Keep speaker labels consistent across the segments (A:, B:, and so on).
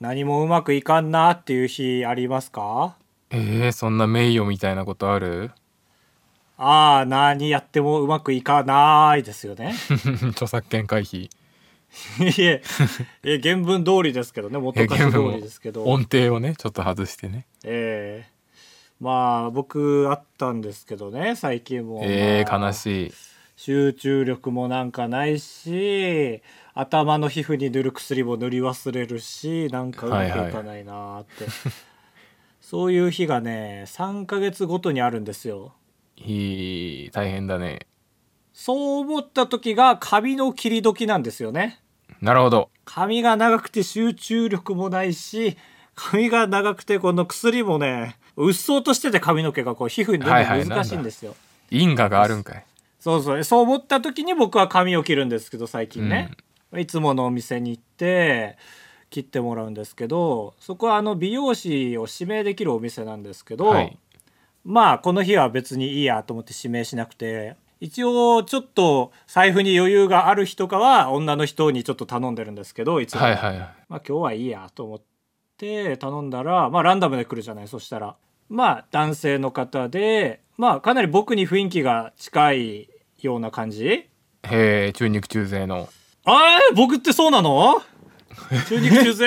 A: 何もうまくいかんなっていう日ありますか
B: えー、そんな名誉みたいなことある
A: ああ、何やってもうまくいかないですよ ね。
B: 著作権回避
A: いえ、え原文通りですけどね、元歌詞
B: えー
A: 通
B: も
A: りですけど。
B: 音程をねちょっと外してね
A: ええまあ、僕あったんですけどね、最近も。
B: え
A: ま
B: ー、
A: あ
B: 悲しい
A: 集中力もなんかないし頭の皮膚に塗る薬も塗り忘れるしなんかうまくいかないなーって、そういう日がね3ヶ月ごとにあるんですよ
B: いい大変だね
A: そう思った時が髪の切り時なんですよね
B: なるほど
A: 髪が長くて集中力もないし髪が長くてこの薬もねうっそうとしてて髪の毛がこう皮膚に
B: はいは
A: 塗
B: い
A: るの難しいんですよ、
B: 因果があるんかい
A: そうそうそう思った時に僕は髪を切るんですけど最近ね、いつものお店に行って切ってもらうんですけどそこはあの美容師を指名できるお店なんですけど、
B: はい
A: まあこの日は別にいいやと思って指名しなくて一応ちょっと財布に余裕がある日とかは女の人にちょっと頼んでるんですけどいつも、
B: はいはいはい
A: まあ今日はいいやと思って頼んだらまあランダムで来るじゃないそしたらまあ男性の方でまあかなり僕に雰囲気が近いような感じ
B: へえ中肉中背の
A: あー僕ってそうなの中肉中 背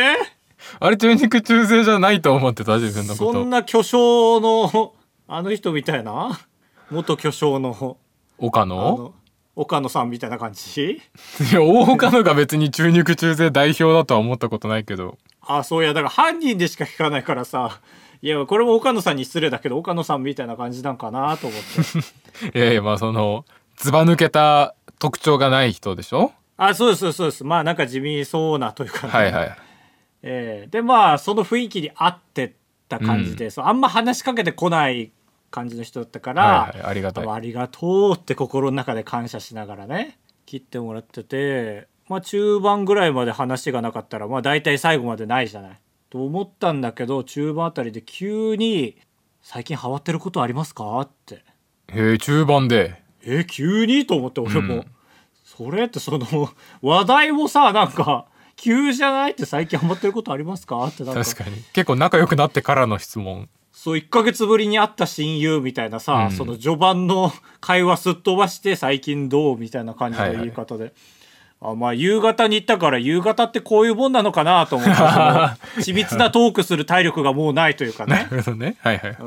B: あれ中肉中背じゃないと思ってた自分のこ
A: そん
B: と
A: な巨匠のあの人みたいな元巨匠の
B: 岡
A: あ
B: 野
A: の岡野さんみたいな感じ
B: いや大岡野が別に中肉中背代表だとは思ったことないけど
A: あそういやだから犯人でしか聞かないからさいやこれも岡野さんに失礼だけど岡野さんみたいな感じなんかなと思って
B: いやいやまあそのずば抜けた特徴がない人でしょ
A: あそうですそうですそうですまあなんか地味そうなというか、ね
B: はいはい
A: えーでまあその雰囲気に合ってった感じで、そうあんま話しかけてこない感じの人だったから、
B: はいはいありがたい
A: あありがとうって心の中で感謝しながらね切ってもらってて、まあ、中盤ぐらいまで話がなかったら、まあ、大体最後までないじゃない。と思ったんだけど中盤あたりで急に「最近ハマってることありますか?」って
B: へえ中盤で
A: えー急にと思って俺も、
B: うん
A: それってその話題もさなんか急じゃないって最近ハマってることありますかってなんか
B: 確かに結構仲良くなってからの質問
A: そう1ヶ月ぶりに会った親友みたいなさ、
B: うん
A: その序盤の 会話すっ飛ばして最近どうみたいな感じの言い方で。あまあ、夕方に行ったから夕方ってこういうもんなのかなと思って その緻密なトークする体力がもうないというかね
B: なるほどねはいはい
A: う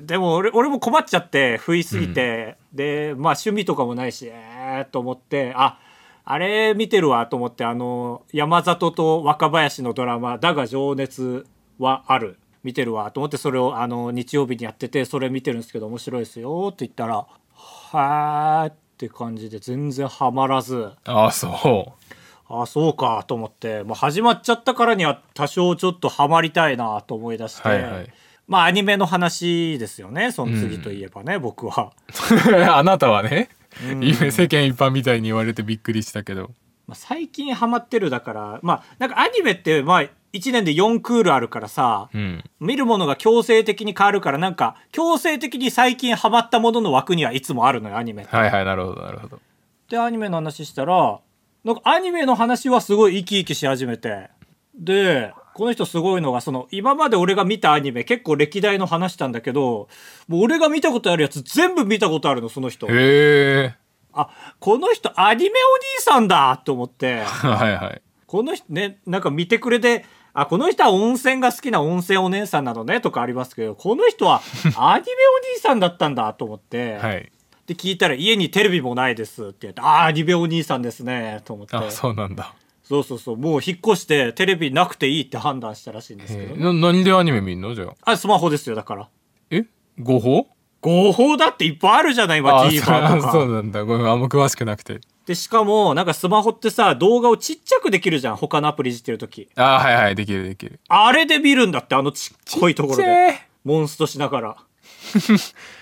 A: ん、でも俺俺も困っちゃって不意すぎて、でまあ趣味とかもないしえー、と思ってああれ見てるわと思ってあの山里と若林のドラマ「だが情熱はある」見てるわと思ってそれをあの日曜日にやっててそれ見てるんですけど面白いですよって言ったら「はー」って感じで全然ハマらず。
B: ああそ
A: あそうかと思って、まあ、始まっちゃったからには多少ちょっとハマりたいなと思い出して、
B: はいはい
A: まあアニメの話ですよねその次といえばね、僕は、
B: う あなたはね今世間一般みたいに言われてびっくりしたけど
A: まあ、最近ハマってるだからまあなんかアニメってまあ1年で4クールあるからさ、
B: うん
A: 見るものが強制的に変わるからなんか強制的に最近ハマったものの枠にはいつもあるのよアニメって
B: はいはいなるほどなるほど
A: でアニメの話したらなんかアニメの話はすごい生き生きし始めてでこの人すごいのがその今まで俺が見たアニメ結構歴代の話したんだけどもう俺が見たことあるやつ全部見たことあるのその人
B: へえ
A: あこの人アニメお兄さんだと思って
B: はいはい
A: この人ねなんか見てくれてあこの人は温泉が好きな温泉お姉さんなのねとかありますけどこの人 はアニメお兄さんだったんだと思って、
B: はい
A: で聞いたら家にテレビもないですって言ってああアニメお兄さんですねと思って
B: あそうなんだ
A: そうそうそう、もう引っ越してテレビなくていいって判断したらしいんですけ
B: へえ
A: ど。
B: な何でアニメ見んのじゃあ
A: あ、スマホですよ、だから。
B: え誤報
A: 合法だっていっぱいあるじゃない、今
B: あ
A: TVer と
B: そうそう
A: か。
B: なんだごめんあんま詳しくなくて
A: で、しかも、なんかスマホってさ、動画をちっちゃくできるじゃん、他のアプリいじってるとき。
B: あはいはいできるできる
A: あれで見るんだって、あのちっこいところで。
B: ちっちゃい
A: モンストしながら。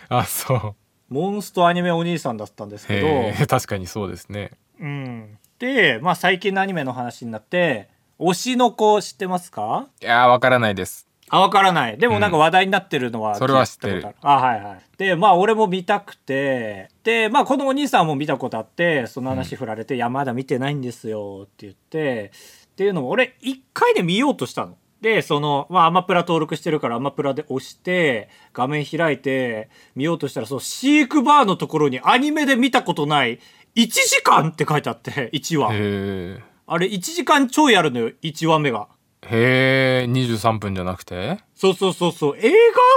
B: あそう
A: モンストアニメお兄さんだったんですけど
B: へ。え確かにそうですね
A: うん。で、まあ最近のアニメの話になって、推しの子知ってますか
B: いやーわからないです
A: あ、わからない。でもなんか話題になってるのは、
B: んそれは知ってる
A: 聞いたことあるあ、はいはい。で、まあ俺も見たくて、で、まあこのお兄さんも見たことあって、その話振られて、いや、まだ見てないんですよって言って、っていうのも俺1回で見ようとしたの。でその、まあ、アマプラ登録してるからアマプラで押して画面開いて見ようとしたらその飼育バーのところにアニメで見たことない1時間って書いてあって1話
B: へ
A: あれ1時間超やるのよ1話目が
B: えへえ23分じゃなくて
A: そうそうそうそう映画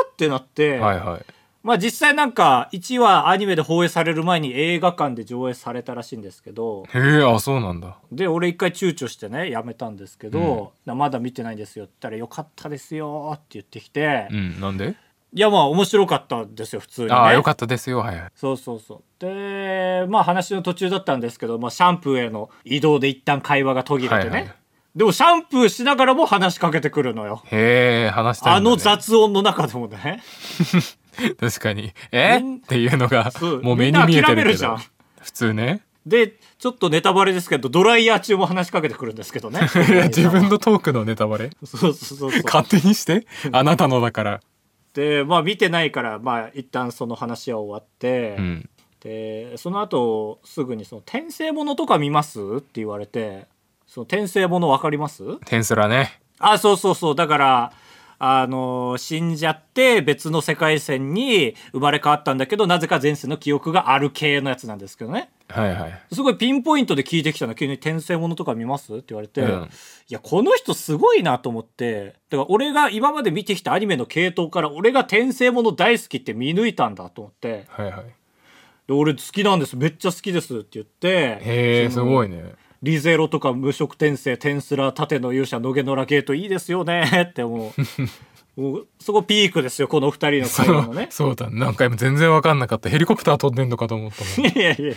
A: ってなって、
B: はいはい
A: まあ実際なんか1話アニメで放映される前に映画館で上映されたらしいんですけど
B: へえあそうなんだ
A: で俺一回躊躇してねやめたんですけど、なまだ見てないんですよって言ったら「よかったですよ」って言ってきて、
B: うんなんで
A: いやまあ面白かったですよ普通にね
B: ああよかったですよはいはい
A: そうそうそうでまあ話の途中だったんですけど、まあ、シャンプーへの移動で一旦会話が途切れてね、
B: はいはい
A: でもシャンプーしながらも話しかけてくるのよ
B: へえ話したい
A: あ
B: んだ、ね、
A: の雑音の中でもね
B: 確かにえ
A: みん
B: っていうのが
A: そう
B: もう目に見
A: みん
B: えて
A: な諦め
B: る
A: る
B: け
A: じゃ
B: ど
A: ん
B: 普通ね
A: でちょっとネタバレですけどドライヤー中も話しかけてくるんですけどね
B: いや 自分のトークのネタバレ
A: そうそうそうそう
B: 勝手にしてあなたのだから
A: でまあ見てないからまあ一旦その話は終わって、
B: うん
A: でその後すぐにその「転生ものとか見ます?」って言われて「その転生もの分かります?」
B: テンスラね
A: あそうそうそうだからあの死んじゃって別の世界線に生まれ変わったんだけどなぜか前世の記憶がある系のやつなんですけどね
B: はいはい
A: すごいピンポイントで聞いてきたの急に「転生ものとか見ます?」って言われて、
B: うん
A: いやこの人すごいなと思ってだから俺が今まで見てきたアニメの系統から俺が転生もの大好きって見抜いたんだと思って
B: はいはい
A: で俺好きなんですめっちゃ好きですって言って
B: へえす
A: その
B: ごいね
A: リゼロとか無色転生テンスラ盾の勇者野毛野良ゲートいいですよね って思 うもうそこピークですよこの二人の
B: そ
A: 会話の
B: う
A: ね
B: そうだ何回も全然わかんなかったヘリコプター飛んでんのかと思ったも
A: い
B: ん
A: やいや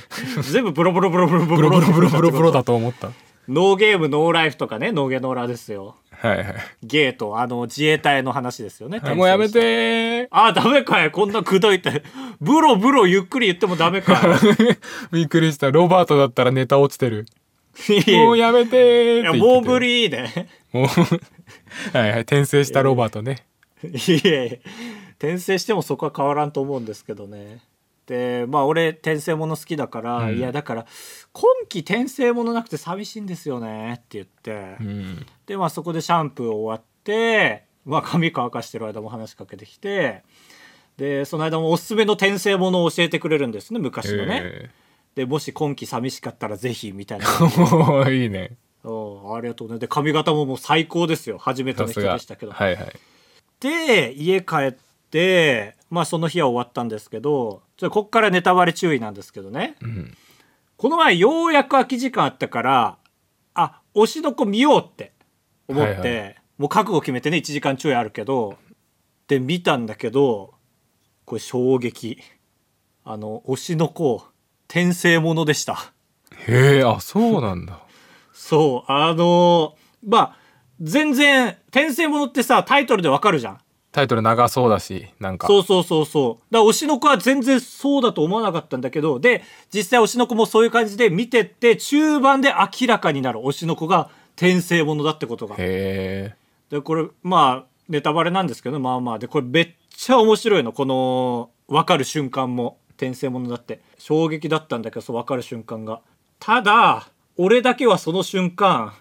A: 全部ブロブロブロブロブ
B: ブロ
A: ロ
B: ブロブロブロブロだと 思った
A: ノーゲームノーライフとかねノーゲノーラですよ
B: はいはい
A: ゲートあの自衛隊の話ですよね
B: はいもうやめてー
A: あダメかよこんなくどいてブロブロゆっくり言ってもダメ かよ
B: びっくりしたロバートだったらネタ落ちてる
A: い
B: もう
A: や
B: やめて
A: い
B: ーっ
A: や
B: て言ってたよ
A: もうぶりね
B: もう はいはい転生したロバートね
A: いやいや転生してもそこは変わらんと思うんですけどねでまあ俺転生もの好きだから、
B: うん
A: いやだから今期転生ものなくて寂しいんですよねって言って、
B: うん
A: でまあそこでシャンプー終わって、まあ、髪乾かしてる間も話しかけてきてでその間もおすすめの転生ものを教えてくれるんですね昔のね、
B: え
A: でもし今期寂しかったらぜひみたい な
B: ーおー いいね
A: おありがとうねで髪型ももう最高ですよ初めて
B: さ
A: の
B: す
A: 人
B: が
A: でしたけど
B: はいはい
A: で家帰ってまあその日は終わったんですけどちょっとこっからネタバレ注意なんですけどね
B: うん
A: この前ようやく空き時間あったからあ推しの子見ようって思って、
B: はい
A: もう覚悟決めてね1時間ちょいあるけどで見たんだけどこれ衝撃あの推しの子転生ものでした
B: へえあそうなんだ
A: そうあのーまあ全然転生ものってさタイトルでわかるじゃん
B: タイトル長そうだしなんか
A: そうそうそうそう。だから推しの子は全然そうだと思わなかったんだけど、で、実際推しの子もそういう感じで見てって、中盤で明らかになる推しの子が転生ものだってことが。
B: へえ
A: で、これ、まあ、ネタバレなんですけど、まあまあ。で、これめっちゃ面白いの。この、わかる瞬間も。転生ものだって。衝撃だったんだけど、そう、わかる瞬間が。ただ、俺だけはその瞬間、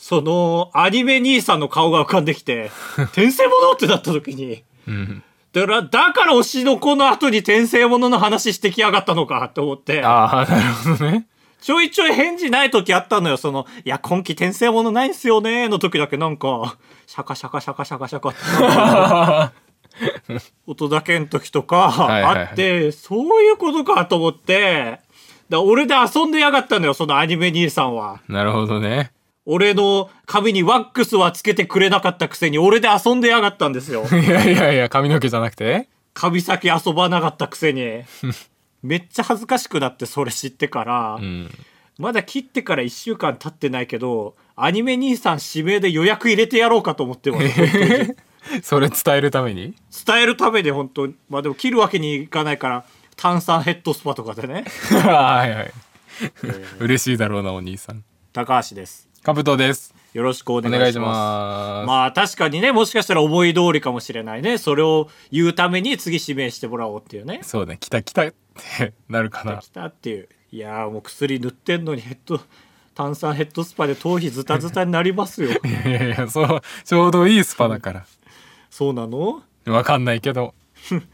A: その、アニメ兄さんの顔が浮かんできて、転生ものってなった時に、
B: うん
A: だから、だから推しの子の後に転生ものの話してきやがったのかと思って、
B: ああなるほどね
A: ちょいちょい返事ない時あったのよ、その、いや、今期転生ものないんすよね、の時だけなんか、シャカシャカシャカシャカシャカって 音だけの時とか
B: いはいはい
A: あって、そういうことかと思って、だから俺で遊んでやがったのよ、そのアニメ兄さんは。
B: なるほどね
A: 俺の髪にワックスはつけてくれなかったくせに、俺で遊んでやがったんです よ。
B: いやいやいや髪の毛じゃなくて
A: 旅先遊ばなかったくせにめっちゃ恥ずかしくなってそれ知ってから、
B: うん
A: まだ切ってから1週間経ってないけどアニメ兄さん指名で予約入れてやろうかと思ってます
B: それ伝えるために
A: 伝えるために本当にまあでも切るわけにいかないから炭酸ヘッドスパとかでね
B: はいはい。嬉しいだろうな、お兄さん。
A: 高橋です
B: カブトです。
A: よろしくお
B: お
A: 願
B: 願
A: い
B: いし
A: します
B: ま
A: まあ確かにねもしかしたら思い通りかもしれないねそれを言うために次指名してもらおうっていうね
B: す。そうね、来た来たってなるかな
A: 来。たっていういやーもう薬塗ってんのにヘッド炭酸ヘッドスパで頭皮ズタズタになりますよ
B: いやいやいやそうちょうどいいスパだから
A: そうなの
B: わかんないけど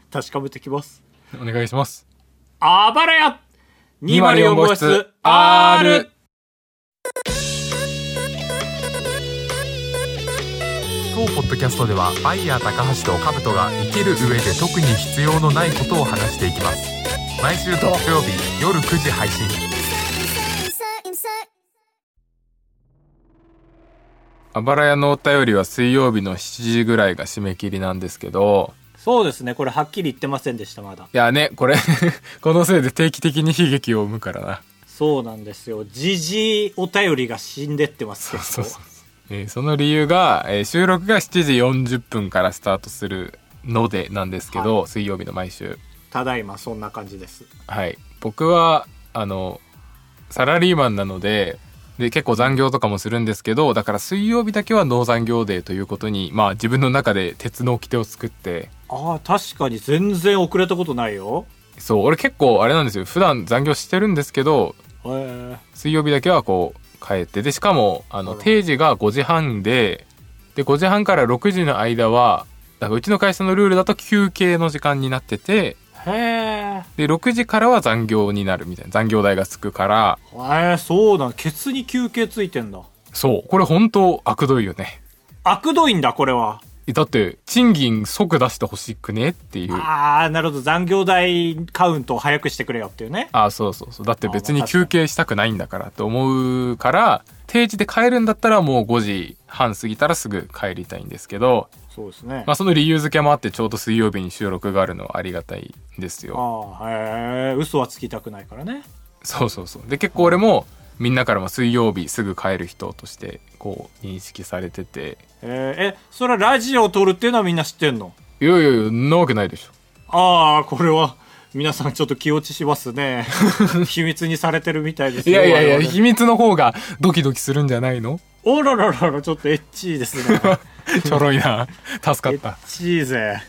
A: 確かめてきます
B: お願いします
A: あばらや204号
B: 204号
A: 室
B: 室
A: R
B: R
C: 当ポッドキャストではバイヤー高橋と兜が生きる上で特に必要のないことを話していきます毎週土曜日夜9時配信
D: insert, insert, insert.
B: あばら屋のお便りは水曜日の7時ぐらいが締め切りなんですけど
A: そうですねこれはっきり言ってませんでしたまだ
B: いやねこれ このせいで定期的に悲劇を生むからな
A: そうなんですよじじいお便りが死んでってますけど
B: そうそうえーその理由が、えー収録が7時40分からスタートするのでなんですけど、水曜日の毎週
A: ただいまそんな感じです
B: はい僕はあのサラリーマンなのでで結構残業とかもするんですけどだから水曜日だけはノー残業デーということにまあ自分の中で鉄の掟を作って
A: ああ確かに全然遅れたことないよ
B: そう俺結構あれなんですよ普段残業してるんですけど
A: へえ
B: 水曜日だけはこう帰ってでしかもあ
A: あ
B: の
A: ら
B: 定時が5時半でで5時半から6時の間はだからうちの会社のルールだと休憩の時間になってて
A: へ
B: で6時からは残業になるみたいな残業代がつくから
A: えへえそうなんケツに休憩ついてんだ
B: そうこれ本当悪どいよね
A: 悪どいんだこれは
B: えだって賃金即出してほしくねっていう
A: ああなるほど残業代カウントを早くしてくれよっていうね
B: あそうそうそうだって別
A: あ
B: に
A: まあ確かに
B: 休憩したくないんだからと思うから定時で帰るんだったらもう5時半過ぎたらすぐ帰りたいんですけど
A: そうですね
B: まあ、その理由付けもあってちょうど水曜日に収録があるのはありがたいんですよ。
A: ああへえ嘘はつきたくないからね
B: そうそうそうで結構俺もみんなからも水曜日すぐ帰る人としてこう認識されてて
A: えーえそれはラジオを撮るっていうのはみんな知ってんの
B: 「いやいやいやんなわけないでしょ
A: ああこれは皆さんちょっと気落ちします ね秘密にされてるみたいで」す
B: いやいやいや
A: 我々
B: 秘密の方がドキドキするんじゃないの
A: おららららちょっとエッチー ですね
B: ちょろいな助
A: エ
B: か
A: ッ
B: った。
A: チーぜ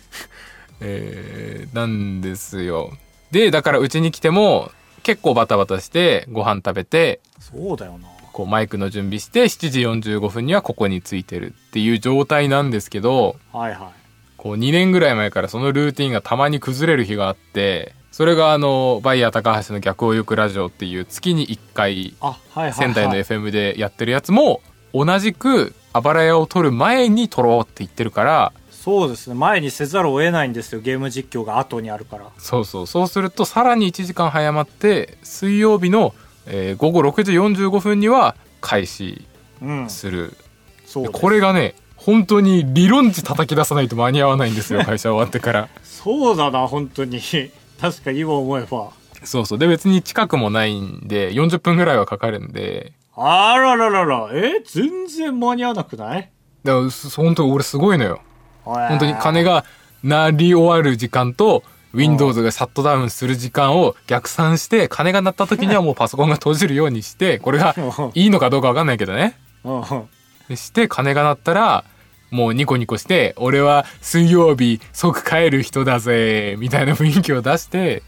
B: えーなんですよ。でだからうちに来ても結構バタバタしてご飯食べて
A: そうだよな
B: こうマイクの準備して7時45分にはここに着いてるっていう状態なんですけど
A: はいは
B: こう2年ぐらい前からそのルーティンがたまに崩れる日があってそれがあのバイヤー高橋の逆を行くラジオっていう月に1回
A: いあはいはい、はい、
B: 仙台の FM でやってるやつも同じくあばら屋を撮る前に撮ろうって言ってるから
A: そうですね前にせざるを得ないんですよゲーム実況が後にあるから
B: そうそうそうするとさらに1時間早まって水曜日の、えー午後6時45分には開始
A: うん
B: する、
A: そう
B: で
A: です
B: これがね本当に理論値叩き出さないと間に合わないんで すよ会社終わってから。
A: そうだな本当に 確かに今思えば
B: そうそう。で、別に近くもないんで、40分ぐらいはかかるんで、
A: あららららえ全然間に合わなくない
B: だからす本当に俺すごいのよ。
A: 本
B: 本当に金が鳴り終わる時間と、Windows がシャットダウンする時間を逆算して、金が鳴った時にはもうパソコンが閉じるようにして、これがいいのかどうかわかんないけどね。
A: うんうん
B: でして、金が鳴ったら、もうニコニコして、俺は水曜日即帰る人だぜ、みたいな雰囲気を 出して、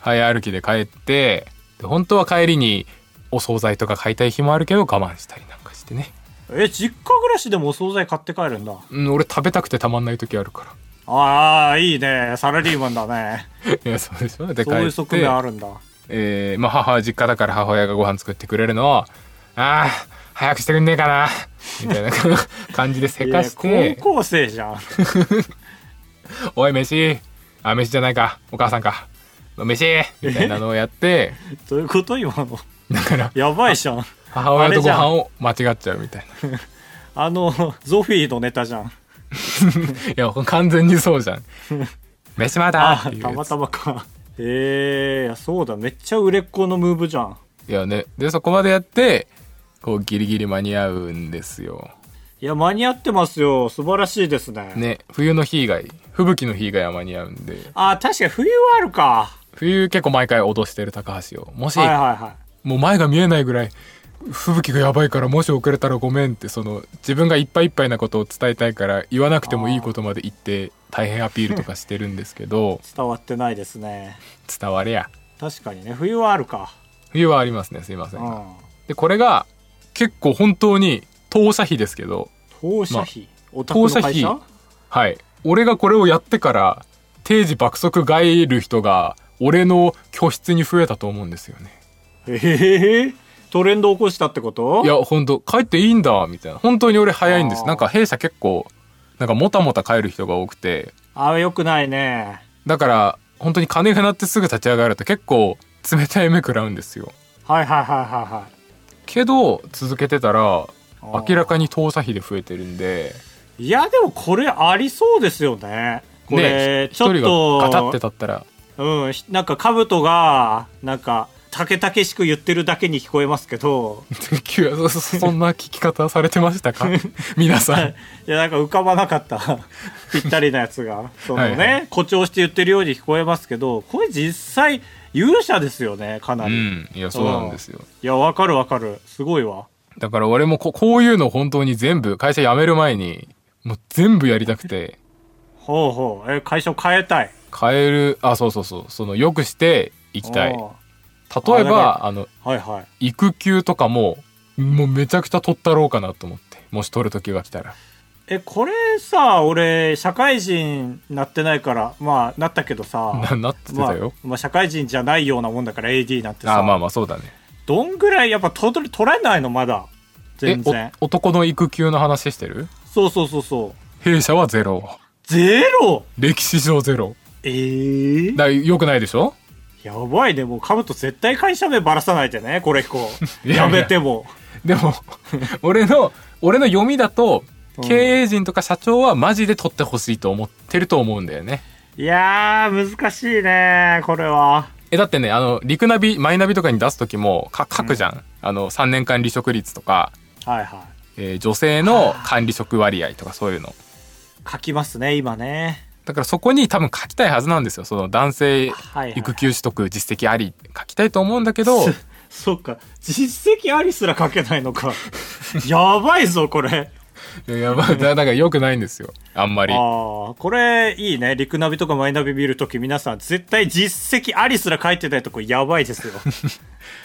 B: 早歩きで帰ってで本当は帰りにお惣菜とか買いたい日もあるけど我慢したりなんかしてね、
A: え実家暮らしでもお惣菜買って帰るんだ
B: うん、俺食べたくてたまんない時あるか
A: ああいいねサラリーマンだね
B: ら いやそうでしょで帰
A: そういう
B: っ
A: 側
B: て
A: 面あるんだ
B: えーまあ、母は実家だから母親がご飯作ってくれるのをあー早くしてくんねえかなみたいな 感じでせかし
A: いや
B: て
A: 高校生じゃん
B: 「おい飯あ飯じゃないかお母さんか飯」みたいなのを やって
A: どういうこと今の
B: だから
A: やばいじゃん
B: 母親とご飯を間違っちゃうみたいな
A: あのゾフィーのネタじゃん
B: いや完全にそうじゃん飯まだ
A: あ
B: っ
A: あ
B: ていう
A: たま
B: やつ
A: たまかええいやそうだめっちゃ売れっ子のムーブじゃん
B: いやねでそこまでやってこうギリギリ間に合うんですよ
A: いや間に合ってますよ素晴らしいですね
B: ね冬の日以外吹雪の日以外は間に合うんで
A: ああ確かに冬はあるか
B: 冬結構毎回脅してる高橋をもし、
A: はいはいは
B: もう前が見えないぐらい吹雪がやばいからもし遅れたらごめんってその自分がいっぱいいっぱいなことを伝えたいから言わなくてもいいことまで言って大変アピールとかしてるんですけど
A: い伝わってないですね
B: 伝われや
A: 確かにね冬はあるか
B: 冬はありますねすいませ
A: うん
B: が
A: ん
B: でこれが結構本当に当社費ですけど
A: 当社費、お宅の会社
B: 当社はい俺がこれをやってから定時爆速がいる人が俺の拠出に増えたと思うんですよね
A: ええトレンド起こしたってこと
B: いや本当帰っていいんだみたいな本当に俺早いんで
A: あ
B: す
A: ー
B: なんか弊社結構なんかもたもた帰る人が多くて
A: ああよくないね
B: だから本当に金が鳴ってすぐ立ち上がると結構冷たい目食らうんですよ
A: はいはいはいはいはい
B: けど続けてたら
A: ー
B: 明らかに投査費で増えてるんで
A: いやでもこれありそうですよねこれ、
B: ね
A: ちょっ
B: 一人がガタって
A: と
B: 立ったら
A: うんひなんか兜がなんかたけたけしく言ってるだけに聞こえますけ ど
B: 急そそそんな聞き方されてま したか皆さん
A: いやなんか浮かばなかった ぴったりなやつがそのね、
B: はいは
A: 誇張して言ってるように聞こえますけどこれ実際勇者ですよねかな
B: う
A: り、い
B: んいやそうなんですよ
A: やわかるわかるすごいわ
B: だから俺もここういうの本当に全部会社辞める前にもう全部やりたくて
A: ほうほうえ会社を変えたい
B: 変えるあそうそうそうそのよくしていきたい
A: お
B: 例え
A: あだか
B: ばあの
A: ーはいはい
B: 育休とかももうめちゃくちゃ取ったろうかなと思ってもし取る時が来たら
A: えこれさ俺社会人なってないからまあなったけどさ
B: ななってたよ、
A: まあまあ、社会人じゃないようなもんだから AD なんてさ
B: あまあまあそうだね
A: どんぐらいやっぱと取れないのまだ
B: え
A: 全然
B: お男の育休の話してる
A: そうそうそうそう
B: 弊社はゼロ
A: ゼロ
B: 歴史上ゼロ
A: ええ
B: だよくないでしょ
A: やばいねもうカブト絶対会社名ばらさないでねこれこう
B: いやいや
A: やめても
B: でも俺の俺の読みだと
A: うん
B: 経営陣とか社長はマジで取ってほしいと思ってると思うんだよね
A: いやー難しいねこれは
B: えだってねあのリクナビマイナビとかに出す時もか書くじゃん、あの3年間離職率とか、
A: はいは
B: えー女性の管理職割合とかそういうの
A: い書きますね今ね
B: だからそこに多分書きたいはずなんですよその男性
A: はいはい
B: 育休取得実績あり書きたいと思うんだけど
A: す そっか実績ありすら書けないのか やばいぞこれ
B: いややばいだだから良くないんですよあんまり
A: ああこれいいねリクナビとかマイナビ見るとき皆さん絶対実績ありすら書いてないとこやばいです よ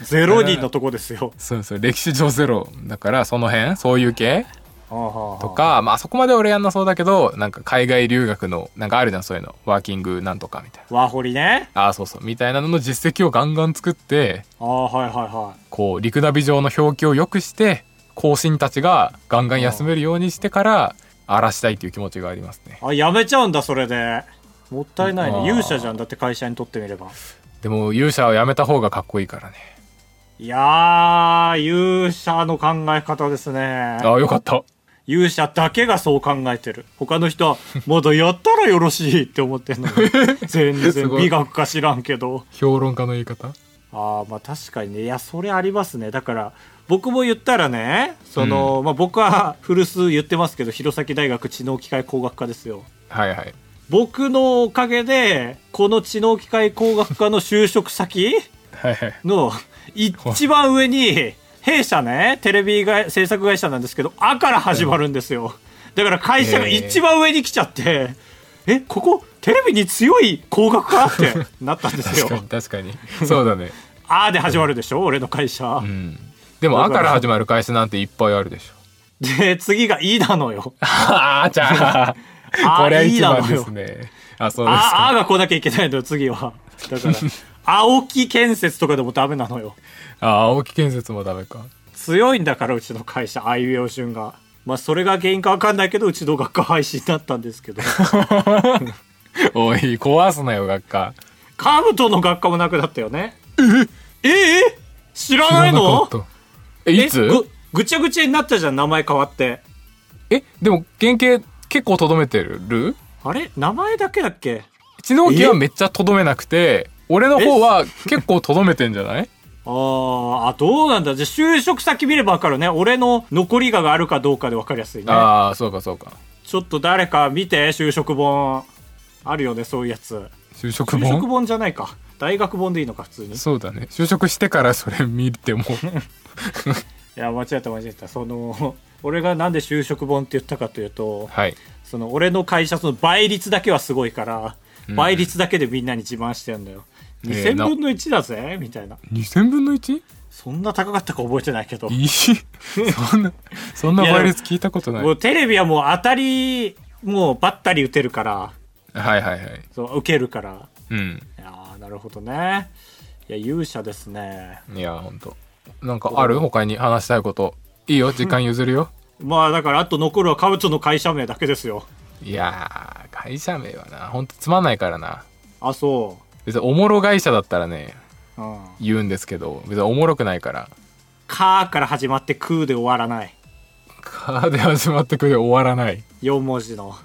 A: ゼロ人のとこですよ
B: そうそう歴史上ゼロだからその辺そう いう系
A: と
B: とかまあそこまで俺やんなそうだけどなんか海外留学のなんかあるじゃんそういうのワーキングなんとかみたいな
A: ワーホリね
B: ああそうそうみたいなのの実績をガンガン作って
A: ああはいはいは
B: こう陸ナビ上の表記を良くして後進たちがガンガン休めるようにしてから荒らしたいという気持ちがありますね
A: いあやめちゃうんだそれでもったいない
B: あ
A: ね
B: ー
A: 勇者じゃんだって会社にとってみれば
B: でも勇者はやめた方がかっこいいからね
A: いやー勇者の考え方ですね
B: ああよかった
A: 勇者だけがそう考えてる他の人はまだやったらよろしいって思ってんのに全
B: す
A: 然
B: ごい
A: 美学か知らんけど
B: 評論家の言い方
A: ああまあ確かにねいやそれありますねだから僕も言ったらねその、まあ、僕は古巣言ってますけど弘前大学知能機械工学科ですよ
B: はいはい
A: 僕のおかげでこの知能機械工学科の就職先
B: はいはい
A: の一番上に弊社ねテレビが制作会社なんですけど「あ」から始まるんですよだから会社が一番上に来ちゃって「えここテレビに強い工学か?」ってなったんです
B: 確
A: よ
B: かに確かにそうだね
A: 「あ」で始まるでしょ俺の会社
B: うんでも「あ」から始まる会社なんていっぱいあるでしょ
A: で次が「い」なのよ
B: ああちゃあ
A: あ
B: これはい
A: い
B: 一
A: なの
B: 番
A: よ
B: ですねあそうです
A: あ
B: か
A: あが来なきゃいけないのよ、次は。だから、青木建設とかでもダメなのよ。
B: ああ青木建設もダメか
A: 強いんだから、うちの会社、あいうえお順が。まあ、それが原因かわかんないけど、うちの学科廃止になったんですけど。
B: おい壊すなよ学科
A: カブトの学科もなくなったよね。えええ知らないの
B: 知らなかったえい
A: え
B: つ
A: ぐぐちゃぐちゃになったじゃん、名前変わって。
B: えでも原型結構とどめてる
A: あれ名前だけだっけ
B: 知能機はめっちゃとどめなくて俺の方は結構とどめてんじゃない
A: あーあ、どうなんだ。じゃあ、就職先見ればわかるね。俺の残りががあるかどうかでわかりやすいね。
B: ああそうかそうか
A: ちょっと誰か見て、就職本。あるよね、そういうやつ。
B: 就職
A: 就
B: 本
A: 職本じゃないか。大学本でいいのか、普通に。い
B: そうだね就職してからそれ見 ても
A: や、間違えた、間違えた。その、 俺がなんで就職本って言ったかというと、
B: はい
A: その、俺の会社、その倍率だけはすごいから、倍率だけでみんなに自慢してるんだよ。
B: えー
A: 2000
B: な
A: 分の1だぜみたいな
B: 2000分の 1?
A: そんな高かったか覚えてないけど
B: いい そんなそんな倍率聞いたことない
A: もうテレビはもう当たりもうばったり打てるから
B: はいはいはい
A: そう受けるから
B: うん
A: いやーなるほどねいや勇者ですね
B: いや本当なんかある他に話したいことい いよ時間譲るよ
A: まあだからあと残るはカブトの会社名だけですよ
B: いやー会社名はな本当つまんないからな
A: あそ
B: 別におもろ会社だったらね
A: ううん
B: 言うんですけど別におもろくな いから
A: 「か」から始まって「く」で終わらない
B: 「か」で始まってくで終わらない
A: 4文字の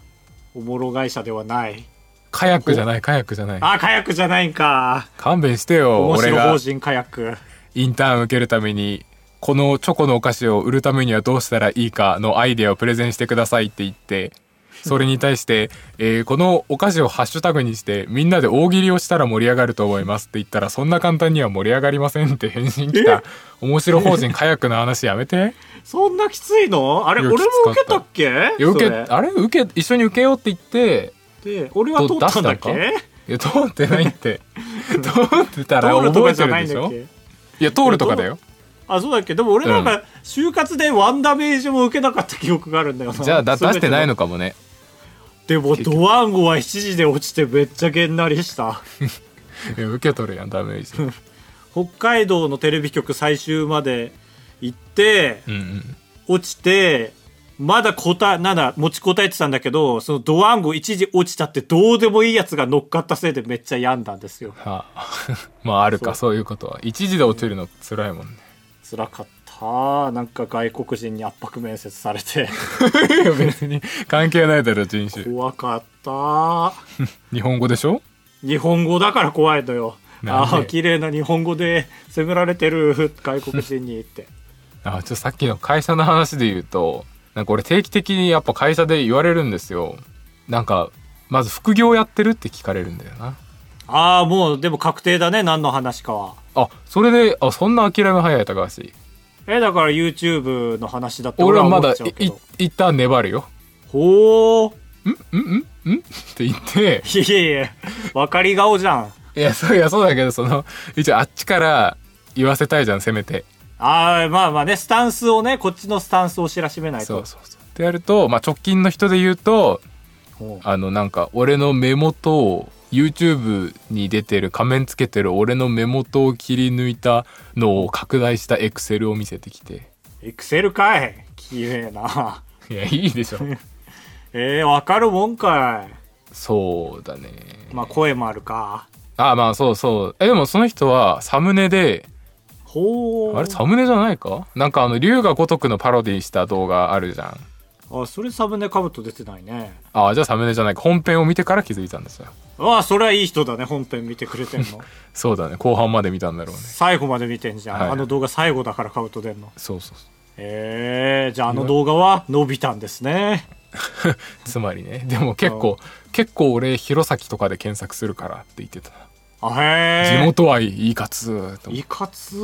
A: おもろ会社ではない
B: カヤックじゃないカヤックじゃない
A: あカヤックじゃないんか
B: 勘弁してよ
A: 面
B: 俺
A: 白
B: が
A: 法人カヤック
B: インターン受けるためにこのチョコのお菓子を売るためにはどうしたらいいかのアイデアをプレゼンしてくださいって言ってそれに対して、えーこのお菓子をハッシュタグにしてみんなで大喜利をしたら盛り上がると思いますって言ったらそんな簡単には盛り上がりませんって返信来た面白法人カヤックの話や めて
A: そんなきついのあれ
B: いや
A: 俺も
B: き
A: 受
B: つ
A: けたっ
B: かっ
A: け
B: いや受け
A: それ
B: あれ受け一緒に受けようって言って
A: で俺は通ったんだっけ
B: ど出いや通ってないって通ってたら
A: 通ると
B: 覚
A: か
B: え
A: じ
B: て
A: ゃ
B: る
A: ないん
B: でし
A: だっ
B: ょ
A: け
B: いや通るとかだよ
A: あそうだっけでも俺なんか就活でワンダメージも受けなかった記憶があるんだよな
B: じゃあだ出してない
A: の
B: のかもね
A: でもドワンゴは7時で落ちてめっちゃげんなりした
B: いや受け取るやんダメージうん
A: 北海道のテレビ局最終まで行って
B: うん
A: 落ちてまだ答えなんだ持ちこたえてたんだけどそのドワンゴ一時落ちたってどうでもいいやつが乗っかったせいでめっちゃ病んだんですよ
B: はあ、 まああるかそういうことは一時で落ちるの辛いもんね
A: 辛かったなんか外国人に圧迫面接され て
B: いや 別に関係ないだろ人種
A: 怖かった
B: 日本語でしょ
A: 日本語だから怖いのよ
B: なんで
A: ああ綺麗な日本語で責められてる外国人にって
B: あちょっとさっきの会社の話で言うとなんか俺定期的にやっぱ会社で言われるんですよなんかまず副業やってるって聞かれるんだよな
A: ああもうでも確定だね何の話かは
B: あそれであそんな諦め早い高橋
A: えだから YouTube の話だって俺
B: 俺
A: は
B: はま
A: 思
B: だ
A: っ
B: い
A: ちゃうけ
B: い
A: ど
B: 一旦粘るよ
A: ほう
B: うんうんうんって言って
A: いやいや分かり顔じゃん
B: いやそういやそうだけどその一応あっちから言わせたいじゃんせめて
A: ああまあまあねスタンスをねこっちのスタンスを知らしめない
B: そう
A: と
B: そうそうってやると、まあ、直近の人で言うと
A: ほう
B: あのなんか俺の目元を YouTube に出てる仮面つけてる俺の目元を切り抜いたのを拡大した Excel を見せてきて
A: エクセルかいきれいな
B: いやいいでしょ
A: えー、分かるもんか
B: そうだね
A: いまあ声もあるか
B: あまあそうそうえでもその人はサムネで
A: ほう
B: あれサムネじゃないかなんかあの龍が如くのパロディした動画あるじゃん
A: あそれサムネかぶと出てないね
B: あじゃあサムネじゃないか本編を見てから気づいたんですよ
A: ああそれはいい人だね本編見てくれてん の
B: そうだね後半まで見たんだろうね
A: 最後まで見てんじゃん、
B: はい
A: あの動画最後だからかぶと出んの
B: そうそうそう
A: えー、じゃああの動画は伸びたんですね
B: つまりねでも結構結構俺弘前とかで検索するからって言ってたな、
A: あへえ
B: 地元愛いいかつと
A: いかつ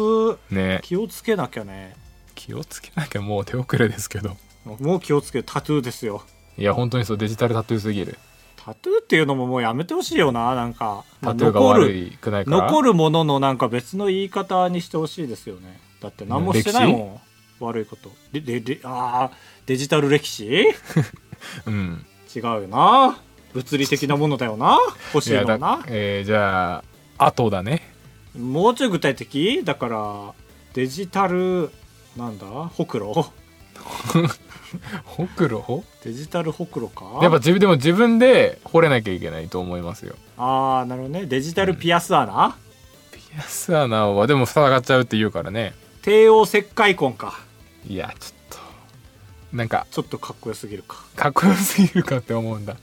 B: ね
A: 気をつけなきゃね
B: 気をつけなきゃもう手遅れですけど
A: もう気をつけるタトゥーですよ
B: いや本当にそうデジタルタトゥーすぎる
A: タトゥーっていうのももうやめてほしいよななんか、まあ
B: タトゥーが
A: 残
B: 悪
A: る
B: いくないから
A: 残るもののなんか別の言い方にしてほしいですよねだって何もしてないもん悪いことででであーデジタル歴史
B: うん
A: 違うよな物理的なものだよな欲し
B: い
A: い
B: や
A: のは
B: だ
A: な、
B: えーじゃああと だね
A: もうちょい具体的だからデジタルなんだほくろ
B: ほくろほ
A: デジタルほくろか
B: やっぱ自分でも自分で掘れなきゃいけないと思いますよ
A: ああなるほどねデジタルピアス穴、
B: ピアス穴はでも塞がっちゃうって言うからね
A: 帝王切開痕か
B: いやちょっとなんか
A: ちょっとかっこよすぎるか
B: かっこよすぎるかって思うんだい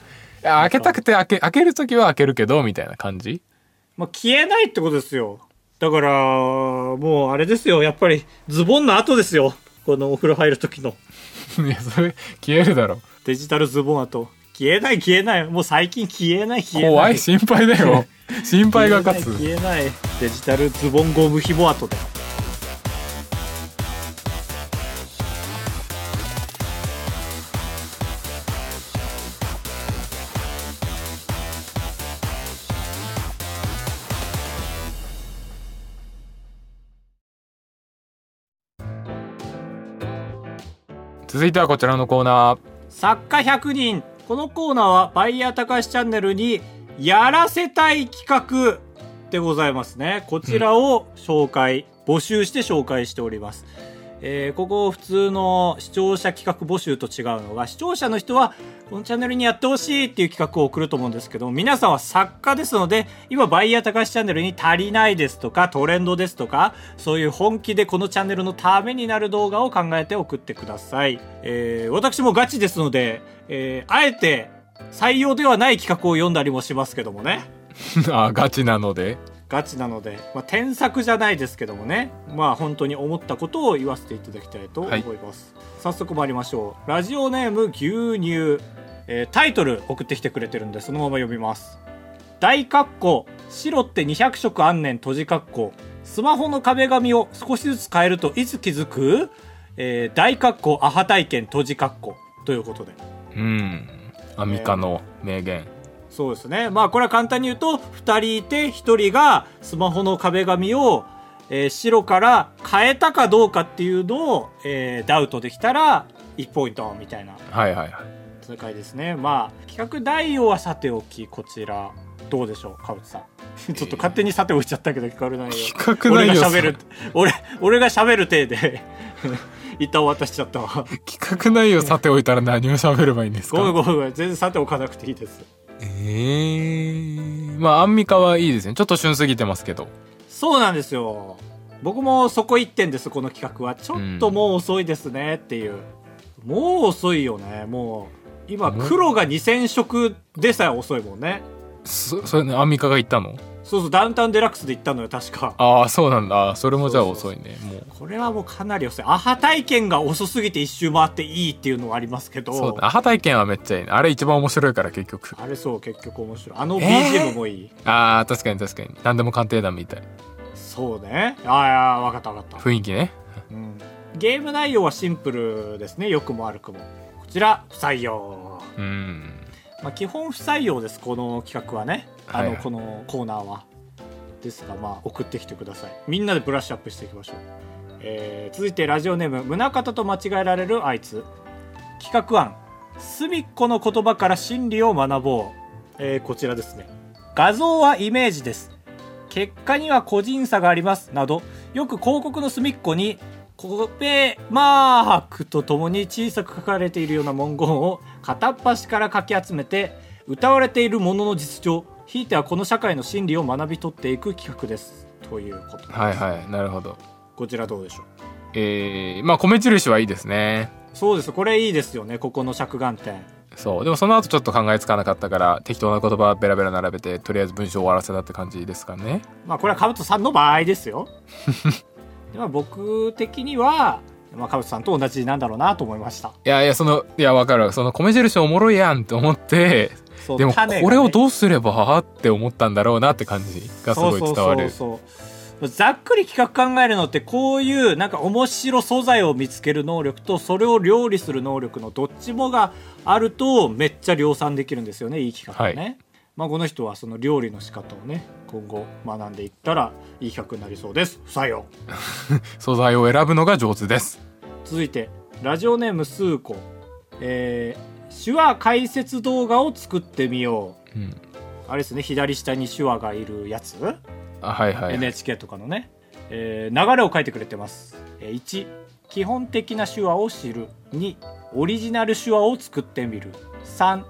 B: や開けたくて開け開ける時は開けるけどみたいな感じ
A: まあ、消えないってことですよだからもうあれですよやっぱりズボンの後ですよこのお風呂入る時の
B: いやそれ消えるだろ
A: デジタルズボン後消えない消えないもう最近消えない消えない
B: 怖い心配だ よ心配が勝つ
A: 消えない消えないデジタルズボンゴム紐跡だよ
B: 続いてはこちらのコーナー。
A: 作家100人このコーナーはバイヤーたかしチャンネルにやらせたい企画でございますねこちらを紹介、募集して紹介しております、えーここ普通の視聴者企画募集と違うのが視聴者の人はこのチャンネルにやってほしいっていう企画を送ると思うんですけど皆さんは作家ですので今バイヤーたかしチャンネルに足りないですとかトレンドですとかそういう本気でこのチャンネルのためになる動画を考えて送ってください、えー私もガチですので、えーあえて採用ではない企画を読んだりもしますけどもね
B: あガチなので
A: ガチなので、まあ、添削じゃないですけどもねまあ本当に思ったことを言わせていただきたいと思います、早速参りましょうラジオネーム牛乳、えータイトル送ってきてくれてるんでそのまま読みます大括弧白って200色あんねん閉じ括弧スマホの壁紙を少しずつ変えるといつ気づく、えー大括弧アハ体験閉じ括弧ということで
B: うんアミカの名言、
A: そうですね。まあこれは簡単に言うと、2人いて1人がスマホの壁紙を、えー白から変えたかどうかっていうのを、えーダウトできたら1ポイントみたいな
B: はいはいはい
A: 戦いですね。まあ企画内容はさておき、こちらどうでしょう、川内さん。 ちょっと勝手にさておいちゃったけど聞かれないよ。
B: 企画
A: 俺
B: 内
A: が
B: 容
A: 喋る、俺、俺が喋る体で 一旦終わったしちゃったわ。
B: 企画内容さておいたら何を喋ればいいんです
A: ごめん
B: か
A: ごめんごめん。全然さておかなくていいです。
B: えー、まあアンミカはいいですねちょっと旬すぎてますけど
A: そうなんですよ僕もそこ一点ですこの企画はちょっともう遅いですねっていう、もう遅いよねもう今
B: うん
A: 黒が2000色でさえ遅いもんね
B: そそれねアンミカが言ったの
A: そうそうダウンタウンデラックスで行ったのよ確か
B: ああそうなんだあーそれもじゃあ
A: そうそ
B: 遅
A: う
B: いねもう
A: これはもうかなり遅いアハ体験が遅すぎて一周回っていいっていうのはありますけど
B: そうだアハ体験はめっちゃいいねあれ一番面白いから結局
A: あれそう結局面白いあの
B: えー
A: BGM もいい、
B: あー確かに確かに何でも鑑定団みたい
A: そうねああ分かった分かった
B: 雰囲気ね
A: うんゲーム内容はシンプルですね良くも悪くもこちら不採用
B: うん
A: まあ、基本不採用ですこの企画はねあの、
B: はいはい
A: このコーナーはですがまあ送ってきてくださいみんなでブラッシュアップしていきましょう、えー続いてラジオネーム宗像と間違えられるあいつ企画案「すみっこの言葉から真理を学ぼう」えーこちらですね画像はイメージです結果には個人差がありますなどよく広告の隅っこにコペマークとともに小さく書かれているような文言を片っ端からかき集めて歌われているものの実情ひいてはこの社会の真理を学び取っていく企画ですということで
B: はいはいなるほど
A: こちらどうでしょう
B: えー、まあ米印はいいですね
A: そうですこれいいですよねここの着眼点
B: そうでもその後ちょっと考えつかなかったから適当な言葉ベラベラ並べてとりあえず文章を終わらせたって感じですかね
A: まあこれはカブトさんの場合です よでまあ僕的には、まあ、カブトさんと同じなんだろうなと思いました
B: いやいやそのいやわかるその米印おもろいやんって思って
A: そう
B: でも
A: 種がね
B: これをどうすればって思ったんだろうなって感じがすごい伝わる
A: そうそうそうそうざっくり企画考えるのってこういうなんか面白素材を見つける能力とそれを料理する能力のどっちもがあるとめっちゃ量産できるんですよねいい企画はね、
B: は
A: まあ、この人はその料理の仕方をね今後学んでいったらいい企画になりそうです不採用
B: 素材を選ぶのが上手です
A: 続いてラジオネームスーコえー、手話解説動画を作ってみよう
B: うん
A: あれですね左下に手話がいるやつ
B: あはいはい、
A: NHK とかのね、えー流れを書いてくれてます、えー1基本的な手話を知る2オリジナル手話を作ってみる3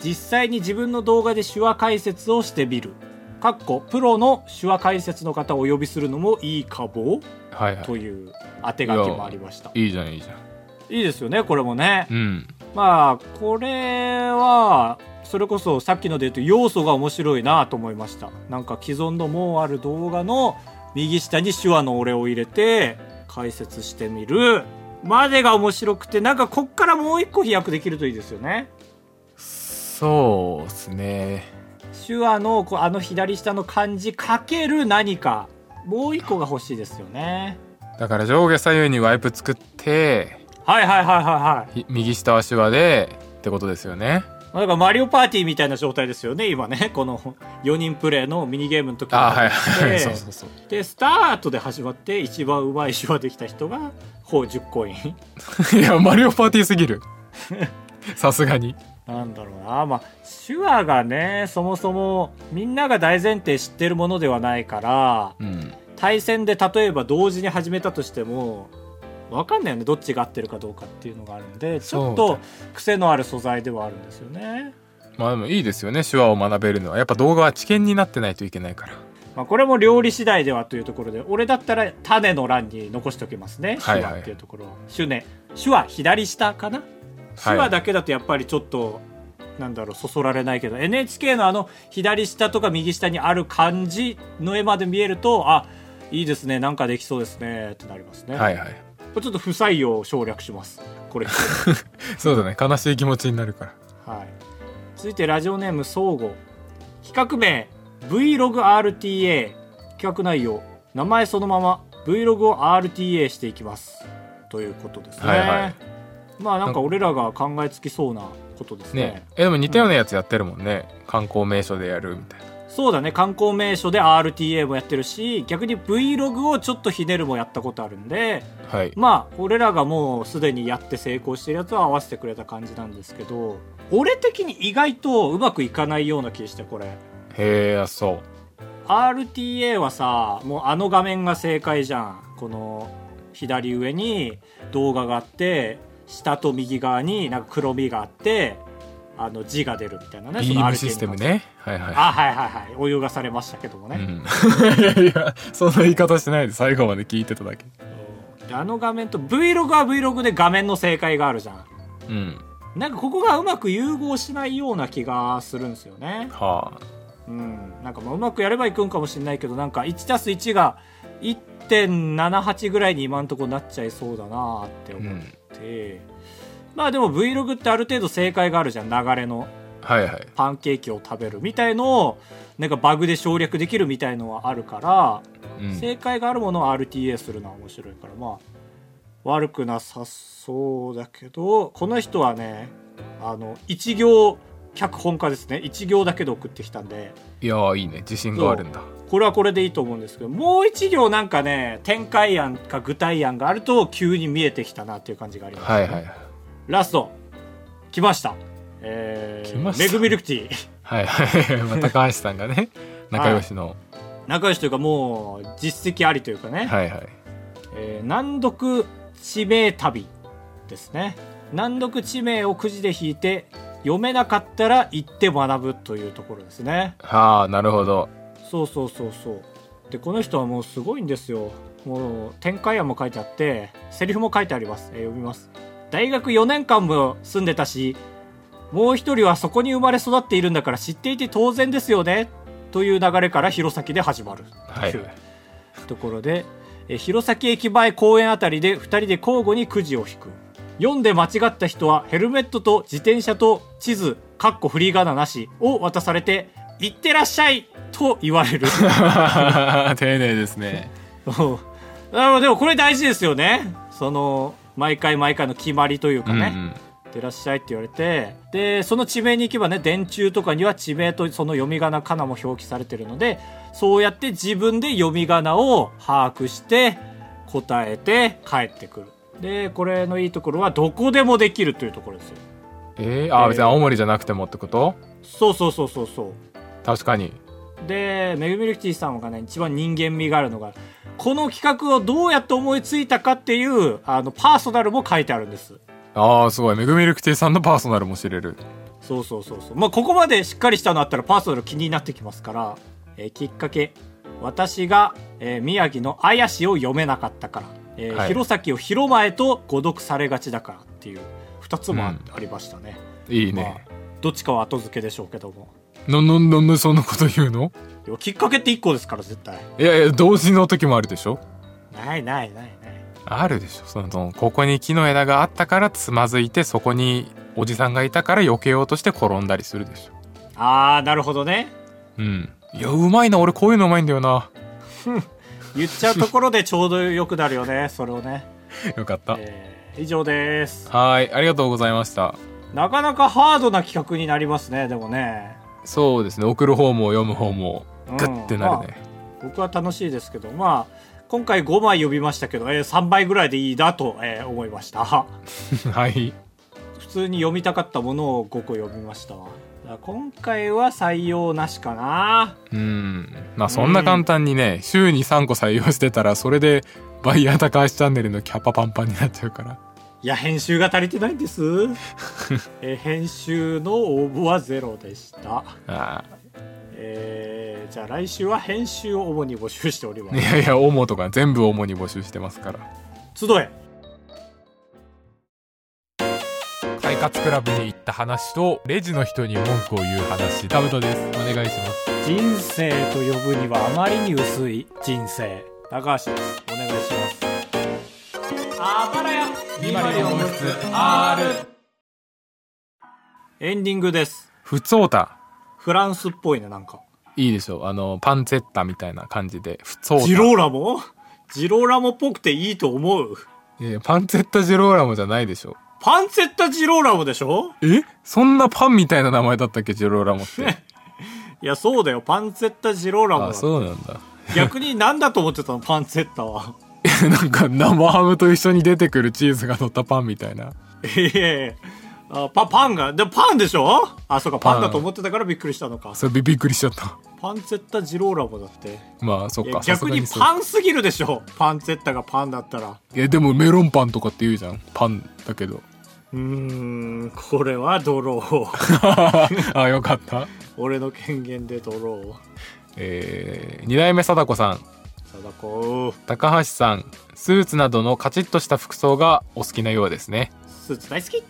A: 実際に自分の動画で手話解説をしてみるかっこプロの手話解説の方をお呼びするのもいいかも
B: はいは
A: という当て書きもありました
B: いいいじゃんいいじゃん
A: いいですよねこれもね
B: うん
A: まあこれはそれこそさっきので言うと要素が面白いなと思いましたなんか既存のもうある動画の右下に手話の俺を入れて解説してみるまでが面白くてなんかこっからもう一個飛躍できるといいですよね
B: そうですね
A: 手話のこうあの左下の漢字かける何かもう一個が欲しいですよね
B: だから上下左右にワイプ作って
A: はいはいはいはいはい
B: ひ右下は手話でってことですよね
A: だからマリオパーティーみたいな状態ですよね今ね この4人プレイのミニゲームの時に
B: あはいはい、
A: で
B: そうそうそう
A: でスタートで始まって一番うまい手話できた人がほう10コイン
B: いやマリオパーティーすぎ るさすがに
A: なんだろうなまあ手話がねそもそもみんなが大前提知ってるものではないから
B: うん
A: 対戦で例えば同時に始めたとしても分かんないよねどっちが合ってるかどうかっていうのがあるんでちょっ
B: そう
A: と癖のある素材ではあるんですよね。
B: まあでもいいですよね手話を学べるのはやっぱ動画は知見になってないといけないから
A: まあ、これも料理次第ではというところで俺だったら種の欄に残しておきますね
B: は
A: 手
B: いはい
A: 話っていうところを手,、ね、手話左下かな手話だけだとやっぱりちょっとなんだろうそそられないけど NHK のあの左下とか右下にある漢字の絵まで見えるとあいいですねなんかできそうですねってなりますね、
B: はいはい
A: これちょっと不採用を省略しますこれ、は
B: そうだね悲しい気持ちになるから
A: い、続いてラジオネーム相互企画名 VlogRTA 企画内容名前そのまま Vlog を RTA していきますということですね、
B: はいはい
A: まあなんか俺らが考えつきそうなことです
B: ねえでも似たようなやつやってるもんね、観光名所でやるみたいな
A: そうだね観光名所で RTA もやってるし逆に Vlog をちょっとひねるもやったことあるんで
B: はい
A: まあ俺らがもうすでにやって成功してるやつは合わせてくれた感じなんですけど俺的に意外とうまくいかないような気してこれ
B: へえあそ
A: RTA はさもうあの画面が正解じゃんこの左上に動画があって下と右側になんか黒みがあってあの字が出るみたいな
B: う
A: ね
B: ビ
A: そ
B: ー
A: の RTA
B: ムシステム
A: に関して
B: ねはいはい
A: あはいはいはいお湯がされましたけどもね、
B: うん、い やいやそんな言い方しないで最後まで聞いてただけ
A: であの画面と Vlog は Vlog で画面の正解があるじゃん
B: うん
A: なんかここがうまく融合しないような気がするんですよね
B: は
A: うんなんかまあうまくやればいくんかもしれないけどなんか 1+1 が1.78ぐらいに今んとこなっちゃいそうだなって
B: あ、う
A: 思っ
B: ん、
A: て、まあでも Vlog ってある程度正解があるじゃん流れの
B: はいはい
A: パンケーキを食べるみたいのをなんかバグで省略できるみたいのはあるから
B: うん
A: 正解があるものを RTA するのは面白いからまあ悪くなさそうだけどこの人はねあの一行脚本家ですね一行だけで送ってきたんで
B: いやーいいね自信があるんだ
A: これはこれでいいと思うんですけどもう一行なんかね展開案か具体案があると急に見えてきたなっていう感じがあります、
B: はいはい
A: ラスト来ましたえー、
B: 来ました
A: メグミルクティー
B: はいはい まあ高橋さんがね仲良しの、
A: 仲良しというかもう実績ありというかね、
B: はい、はい
A: えー難読地名旅ですね難読地名をくじで引いて読めなかったら行って学ぶというところですね
B: はあなるほど
A: そうそうそうそうでこの人はもうすごいんですよもう展開案も書いてあってセリフも書いてあります、えー読みます大学4年間も住んでたしもう一人はそこに生まれ育っているんだから知っていて当然ですよねという流れから弘前で始まる
B: はいはい
A: ところで、えー弘前駅前公園あたりで2人で交互にくじを引く読んで間違った人はヘルメットと自転車と地図かっこフリーガナなしを渡されて「行ってらっしゃい!」と言われる
B: 丁寧ですね
A: うんあのでもこれ大事ですよねその毎回毎回の決まりというかね、
B: うんうん
A: 行ってらっしゃいって言われてでその地名に行けばね電柱とかには地名とその読み仮名かなも表記されてるのでそうやって自分で読み仮名を把握して答えて帰ってくるでこれのいいところはどこでもできるというところですよ
B: えー、あー別に青森じゃなくてもってこと
A: そうそうそうそうそう
B: 確かに
A: でメグミルクティーさんがね一番人間味があるのがこの企画をどうやって思いついたかっていうあのパーソナルも書いてあるんです
B: ああすごいめぐみるくてぃさんのパーソナルも知れる
A: そうそうそうそうまあここまでしっかりしたのあったらパーソナル気になってきますから、えーきっかけ私が、えー宮城の「綾し」を読めなかったから、えー
B: はい
A: 弘前を「広前」と誤読されがちだからっていう2つもあ,、
B: うん
A: りましたね
B: いい
A: ま
B: ね、
A: あどっちかは後付けでしょうけども
B: のんのんのんのんそんなこと言うの
A: でもきっかけって1個ですから絶対
B: いやいや同時の時もあるでしょ
A: ないないないない
B: あるでしょそのそのここに木の枝があったからつまずいてそこにおじさんがいたから避けようとして転んだりするでしょ
A: あーなるほどね
B: うんいやうまいな俺こういうのうまいんだよな
A: 言っちゃうところでちょうどよくな るよねそれをね、
B: よかった、
A: えー以上です
B: はーいありがとうございました
A: なかなかハードな企画になりますねでもね
B: そうですね送る方も読む方も
A: うん
B: グッてなるね、
A: 僕は楽しいですけどまあ今回5枚呼びましたけど、えー3倍ぐらいでいいなと、えー思いました
B: はい
A: 普通に読みたかったものを5個読みましたわだから今回は採用なしかな
B: うんまあそんな簡単にね週に3個採用してたらそれでバイヤー高橋チャンネルのキャパパンパンになっちゃうから
A: いや編集が足りてないんです えー編集の応募はゼロでした
B: あ
A: えーじゃあ来週は編集を主に募集しておりま
B: あ
A: す
B: いやいや主とか全部主に募集してますから
A: 集え
B: 快活クラブに行った話とレジの人に文句を言う話タブトですお願いします
A: 人生と呼ぶにはあまりに薄い人生高橋ですお願いしますあばらやエンディングです
B: ふつおた
A: フランスっぽいねなんか
B: いいでしょあのパンツェッタみたいな感じでふつおた
A: ジローラモジローラモっぽくていいと思う
B: いやいやパンツェッタジローラモじゃないでしょ
A: パンツェッタジローラモでしょ
B: えそんなパンみたいな名前だったっけジローラモって
A: いやそうだよパンツェッタジローラモ
B: あ
A: だ
B: そうなんだ
A: 逆に何だと思ってたのパンツェッタは
B: なんか生ハムと一緒に出てくるチーズが乗ったパンみたいない
A: やいやあパパンがでパンでしょあそうかパンだと思ってたからびっくりしたのか
B: それびびっくりしちゃった
A: パンツェッタジローラモだって
B: まあそっ
A: いや
B: か
A: 逆に
B: さすがそう
A: パンすぎるでしょパンツェッタがパンだったら
B: いやでもメロンパンとかって言うじゃんパンだけど
A: うーんこれはドロ ー
B: あよかった
A: 俺の権限でドロ
B: えー、二代目貞子さん
A: ー貞子
B: 高橋さんスーツなどのカチッとした服装がお好きなようですね
A: スーツ大好き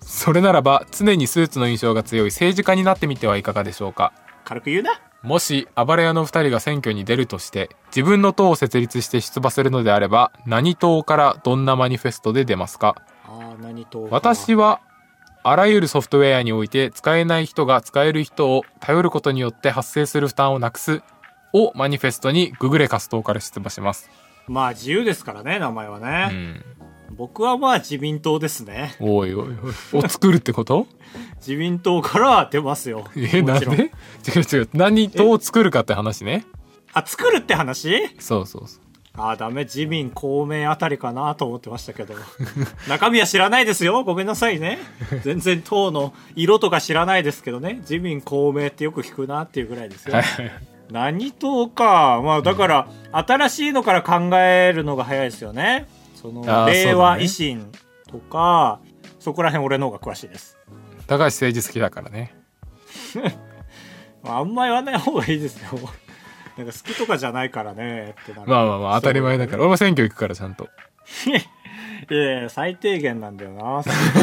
B: それならば常にスーツの印象が強い政治家になってみてはいかがでしょうか
A: 軽く言うな
B: もし暴れ屋の2人が選挙に出るとして自分の党を設立して出馬するのであれば何党からどんなマニフェストで出ますか
A: あー何と
B: 私はあらゆるソフトウェアにおいて使えない人が使える人を頼ることによって発生する負担をなくすをマニフェストにググレカス党から出馬します、
A: まあ自由ですからね名前は
B: う
A: ね、
B: ん、
A: 僕はまあ自民党ですね
B: おいおいおいを作るってこと
A: 自民党からは出ますよ
B: え
A: も
B: なん
A: ちろん
B: で違う違う何党を作るかって話ね
A: あ作るって話
B: そうそうそう
A: あーダメ自民公明あたりかなと思ってましたけど中身は知らないですよごめんなさいね全然党の色とか知らないですけどね自民公明ってよく聞くなっていうぐらいですよ
B: はいはい
A: 何党かまあだから新しいのから考えるのが早いですよねその
B: あー
A: 令
B: そうだ
A: 和
B: ね
A: 維新とかそ,、こら辺俺の方が詳しいです
B: 高橋政治好きだからね
A: まああんま言わない方がいいですよ なんか好きとかじゃないからねってなる
B: まあまあまあ当たり前だから俺も選挙行くからちゃんと
A: いやいや最低限なんだよ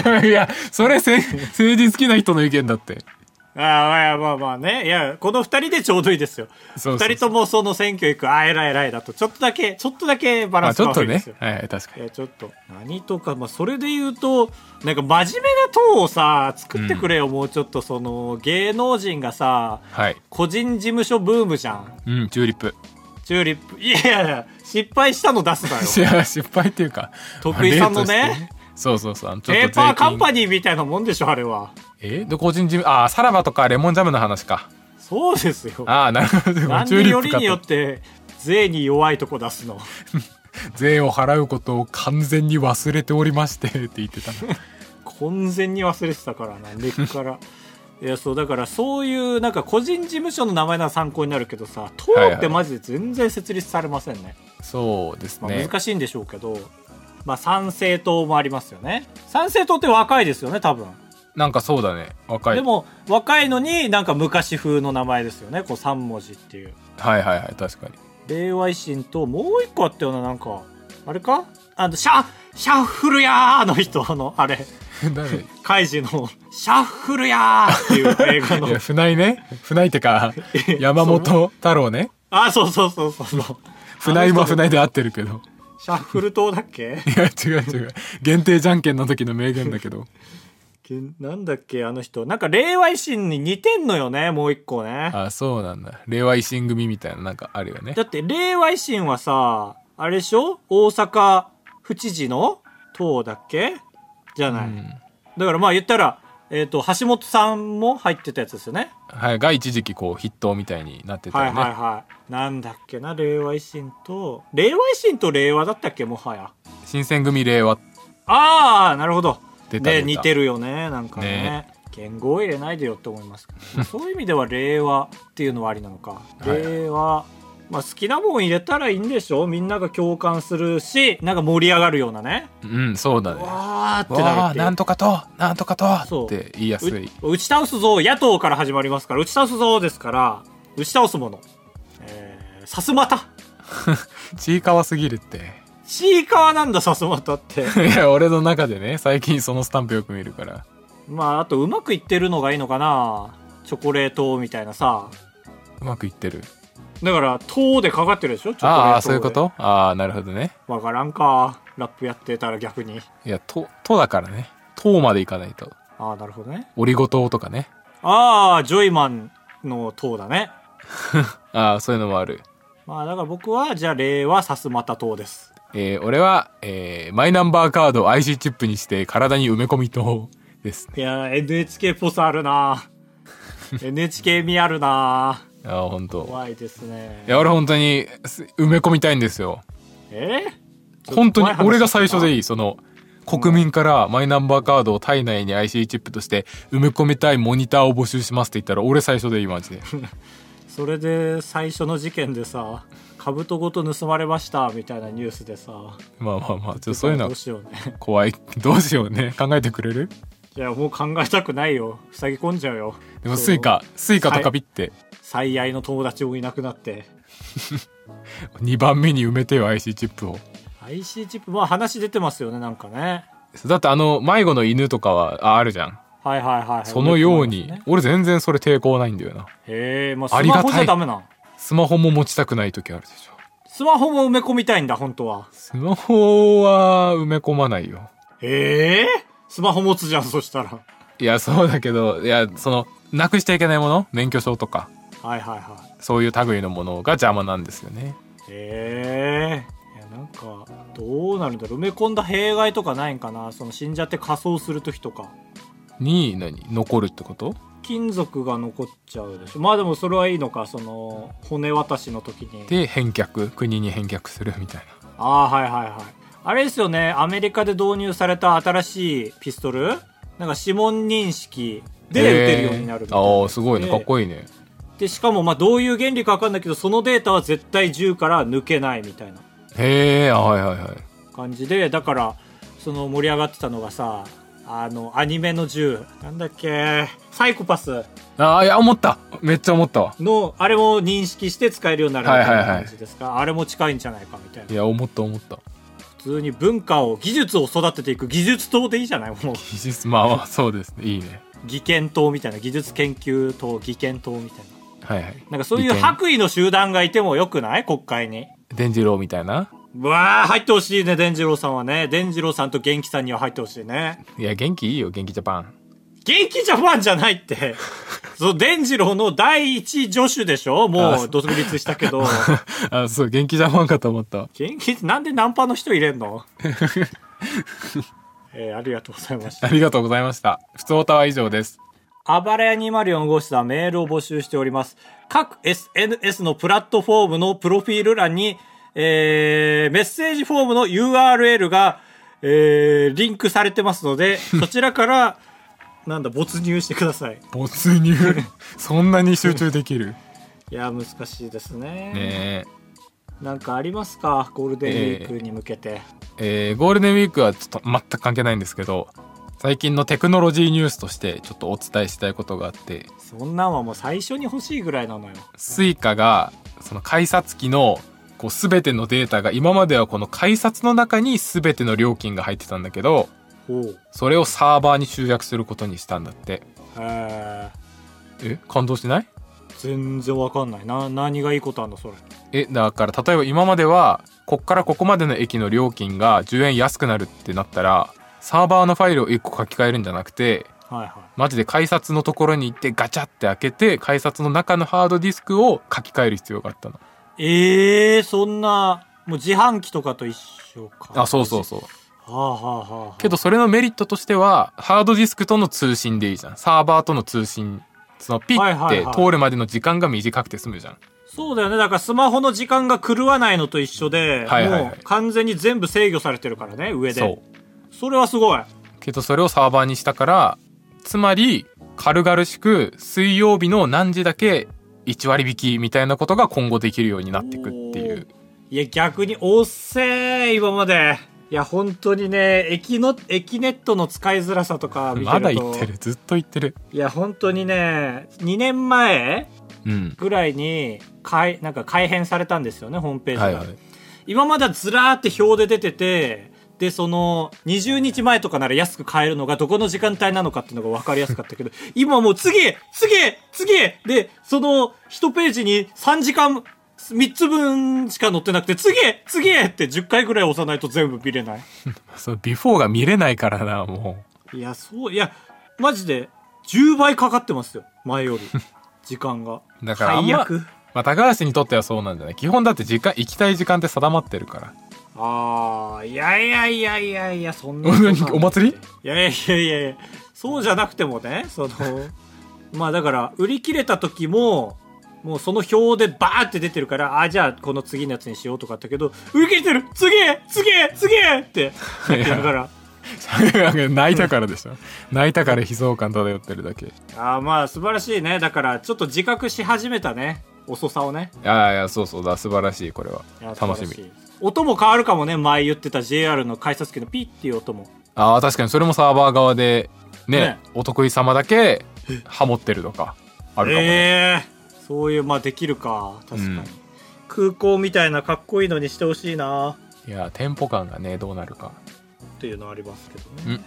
A: な
B: いやそれせ政治好きな人の意見だって
A: ああ、まあまあまあね。いや、この二人でちょうどいいですよ。
B: そう
A: 二
B: そう
A: 人ともその選挙行く、ああ、偉い偉いだと、ちょっとだけ、ちょっとだけバラ
B: あ
A: ンス
B: ち
A: が
B: ょっと
A: 悪いで
B: ね
A: すよ。
B: はいはい確か
A: い
B: に
A: や、ちょっと。何とか、まあ、それで言うと、なんか真面目な党をさ、作ってくれよ、もうちょっと、その、芸能人がさ、
B: はい
A: 個人事務所ブームじゃん。
B: うんチューリップ
A: チューリップ。いやいやいや、失敗したの出す なよ。
B: いや失敗っていうか
A: 徳井さんのね
B: 例としてそうそうそうあのちょっと
A: ペーパーカンパ
B: ニー
A: ニーみたいなもんでしょ、あれは。
B: えで個人事務あーさらばとかレモンジャムの話か
A: そうですよ。
B: ああなるほどチ
A: なん
B: ュー
A: で
B: リッ
A: よ
B: プ
A: り
B: か
A: によっ
B: と
A: て、税に弱いとこ出すの。
B: 税を払うことを完全に忘れておりましてって言ってたな
A: 完全に忘れてたからな根っから いやそうだからそういうなんか個人事務所の名前なら参考になるけどさ党
B: はい
A: ってマジで全然設立されませんね、
B: そうです
A: まあ、
B: ね
A: 難しいんでしょうけど、まあ参政党もありますよね参政党って若いですよね多分、
B: なんかそうだね若い
A: でも若いのになんか昔風の名前ですよねこう3文字っていう
B: はいはいはい確かに
A: 令和維新ともう一個あったようななんかあれかあのシャシャッフルやーの人のあれ
B: 誰
A: カイジの「シャッフルやー」っていう映 画の
B: いや船井ね船井って か山本太郎ね
A: あ、そうそうそうそうそう。
B: 船井も船
A: 井。
B: 井で合ってるけど
A: シャッフル党だっけ
B: いや違う違う限定じゃんけんの時の名言だけど
A: けなんだっけあの人。なんか令和維新に似てんのよね、もう一個ね。
B: あそうなんだ令和維新組みたいななんかあるよね
A: だって令和維新はさ、あれでしょ大阪府知事の党だっけじゃない。だからまあ言ったら、えっ、と、橋本さんも入ってたやつですよね。
B: はい、が一時期こう筆頭みたいになってたよ
A: は
B: ね、
A: いはいはい。なんだっけな、令和維新と、令和維新と令和だったっけ、もはや。
B: 新選組令和
A: ああ、なるほど。
B: 出た出
A: ね、似
B: た
A: てるよね、なんかね。
B: ね
A: 言語を入れないでよって思いますけ どそういう意味では令和っていうのはありなのか。
B: はい
A: 令和。まあ好きなもん入れたらいいんでしょみんなが共感するし、なんか盛り上がるようなね。
B: うんそうだね
A: わーってなる
B: わ
A: っ
B: あ
A: ていう
B: なんとかとなんとか
A: そう
B: とって言いやすい、
A: う打ち倒すぞ野党から始まりますから打ち倒すぞですから打ち倒すもの、えー、さすまた
B: ちいかわすぎるって
A: ちいかわなんださすまたって
B: いや俺の中でね最近そのスタンプよく見るから
A: まああとうまくいってるのがいいのかなチョコレートみたいなさ
B: うまくいってる
A: だから糖でかかってるでしょチョコレート
B: ああ
A: で
B: ーそういうことああなるほどね
A: わからんかラップやってたら逆に
B: いや「と」とだからね「と」までいかないと
A: ああなるほどね
B: 「オリゴ糖」とかね
A: ああジョイマンの糖だね
B: ああそういうのもある
A: まあだから僕はじゃあ令和さすまた糖です
B: えー俺は、えーマイナンバーカードを IC チップにして体に埋め込みとですね
A: いやー NHK っぽさある な NHK 味あるな
B: ああ本当
A: 怖いですね
B: いや俺本当にす埋め込みたいんですよ
A: えー
B: 本当に俺が最初で
A: い
B: いいその国民からマイナンバーカードを体内に IC チップとして埋め込みたいモニターを募集しますって言ったら俺最初でいい マジで
A: それで最初の事件でさ兜ごと盗まれましたみたいなニュースでさ
B: まあまあまあちょっとそういうの
A: ど
B: は
A: うしようね
B: 怖いどうしようね考えてくれる
A: いやもう考えたくないよ塞ぎ込んじゃうよ
B: でもスイカスイカとかビって
A: 最愛の友達もいなくなって
B: 2番目に埋めてよ IC チップを
A: IC チップまあ話出てますよねなんかね
B: だってあの迷子の犬とかはああるじゃん
A: はいはいはい、はい、
B: そのように、
A: ね
B: 俺全然それ抵抗ないんだよな
A: へえまあ
B: あ
A: ス
B: り
A: マ
B: がたい
A: ホじゃダメなん
B: スマホも持ちたくない時あるでしょ
A: スマホも埋め込みたいんだ本当は
B: スマホは埋め込まないよ
A: へえスマホ持つじゃんそしたら
B: いやそうだけどいやそのなくしていけないもの免許証とか
A: はいはいはい
B: そういう類のものが邪魔なんですよね
A: へえいやなんかどうなるんだろう埋め込んだ弊害とかないんかなその死んじゃって仮装する時とか
B: に何残るってこと
A: 金属が残っちゃうでしょまあでもそれはいいのかその骨渡しの時に
B: で返却国に返却するみたいな
A: ああーはいはいはいあれですよねアメリカで導入された新しいピストルなんか指紋認識で撃
B: へー
A: てるようになるみたいな
B: ああすごいねかっこいいね
A: でしかもまあどういう原理か分かんないけどそのデータは絶対銃から抜けないみたいな
B: へえはいはいはい
A: 感じでだからその盛り上がってたのがさあのアニメの銃なんだっけサイコパス
B: ああいや思っためっちゃ思ったわ
A: のあれも認識して使えるようになるみ
B: はい
A: た
B: はいは
A: い
B: い
A: な感じですか、あれも近いんじゃないかみたい
B: い
A: な
B: や思った思った
A: 普通に文化を技術を育てていく技術党でいいじゃないもう
B: 技術まあまあそうですねいいね
A: 技研党みたいな技術研究党技研党みたいな
B: はいはい
A: なんかそういう
B: 利権
A: 白衣の集団がいてもよくない国会に
B: 伝次郎みたいな
A: うわあ入ってほしいね伝次郎さんはね伝次郎さんと元気さんには入ってほしいね
B: いや元気いいよ元気ジャパン
A: 元気ジャパンじゃないって。そう、伝次郎の第一助手でしょもう独立したけど。
B: あそう元気ジャパンかと思った
A: 元気、なんでナンパの人入れんのえーありがとうございました。
B: ありがとうございました普通オタは以上です
A: あばらや204号室はメールを募集しております。各 SNS のプラットフォームのプロフィール欄に、えー、メッセージフォームの URL が、えー、リンクされてますので、そちらから、なんだ、没入してください。
B: 没入そんなに集中できる
A: いやー、難しいですね。
B: ね
A: なんかありますかゴールデンウィークに向けて、
B: ええーゴールデンウィークはちょっと全く関係ないんですけど最近のテクノロジーニュースとしてちょっとお伝えしたいことがあって
A: そんなんはもう最初に欲しいぐらいなのよ
B: スイカがその改札機のこう全てのデータが今まではこの改札の中に全ての料金が入ってたんだけど
A: おう
B: それをサーバーに集約することにしたんだって
A: えー、
B: え感動しない
A: 全然わかんないな何がいいことあんのそれ
B: えだから例えば今まではこっからここまでの駅の料金が10円安くなるってなったらサーバーのファイルを1個書き換えるんじゃなくて
A: はいは
B: マジで改札のところに行ってガチャって開けて改札の中のハードディスクを書き換える必要があったの
A: いえー、そんなもう自販機とかと一緒か
B: あそうそうそう
A: あはあはあ。
B: けどそれのメリットとしてはハードディスクとの通信でいいじゃんサーバーとの通信そのピ
A: はい
B: ッ
A: はい
B: て
A: はい
B: 通るまでの時間が短くて済むじゃん、
A: そうだよね。だからスマホの時間が狂わないのと一緒で、
B: はいはいはい
A: もう完全に全部制御されてるからね、上で。
B: そう
A: それはすごい。
B: けどそれをサーバーにしたからつまり軽々しく水曜日の何時だけ1割引きみたいなことが今後できるようになってくっていう
A: いや、逆に、おっせー、今まで。いや、本当にね、駅の、駅ネットの使いづらさとか見てると。
B: まだ言ってるずっと言ってる
A: いや、本当にね、2年前
B: うん
A: ぐらいに、かい、なんか改変されたんですよね、ホームページが。
B: はいはい
A: 今まではずらーって表で出てて、で、その、20日前とかなら安く買えるのが、どこの時間帯なのかっていうのが分かりやすかったけど、 今もう次へ次へ次へで、その、1ページに3時間、3つ分しか載ってなくて、次へ次へって10回ぐらい押さないと全部見れない。
B: そのビフォーが見れないからなも
A: いや、そう、いや、マジで、10倍かかってますよ。前より。時間が。
B: うだからあん
A: 最
B: ま
A: 悪。
B: まあ、高橋にとってはそうなんじゃない基本だって時間行きたい時間って定まってるから
A: ああ、いやいやいやいやいや、そんなことない。
B: おお祭り
A: いやいやいやいやそうじゃなくてもねその まあだから売り切れた時ももうその表でバーって出てるからあじゃあこの次のやつにしようとかあったけど売り切れてる次へ次へ次へって言ってるから
B: 泣いたからでしょ泣いたから悲壮感漂ってるだけ
A: あーまあ素晴らしいねだからちょっと自覚し始めたね遅さをね
B: ああいやそうそうだ素晴らしいこれはい
A: や
B: 楽
A: 素
B: し
A: 晴ら
B: み
A: い音も変わるかもね前言ってた JR の改札機のピッっていう音も
B: ああ確かにそれもサーバー側でね
A: ね
B: お得意様だけハモってるとかあるかもね、
A: ええー、そういうまあできるか確かに、
B: うん
A: 空港みたいなかっこいいのにしてほしいない
B: や店舗感がねどうなるか
A: っていうのはありますけど
B: う
A: ね
B: ん。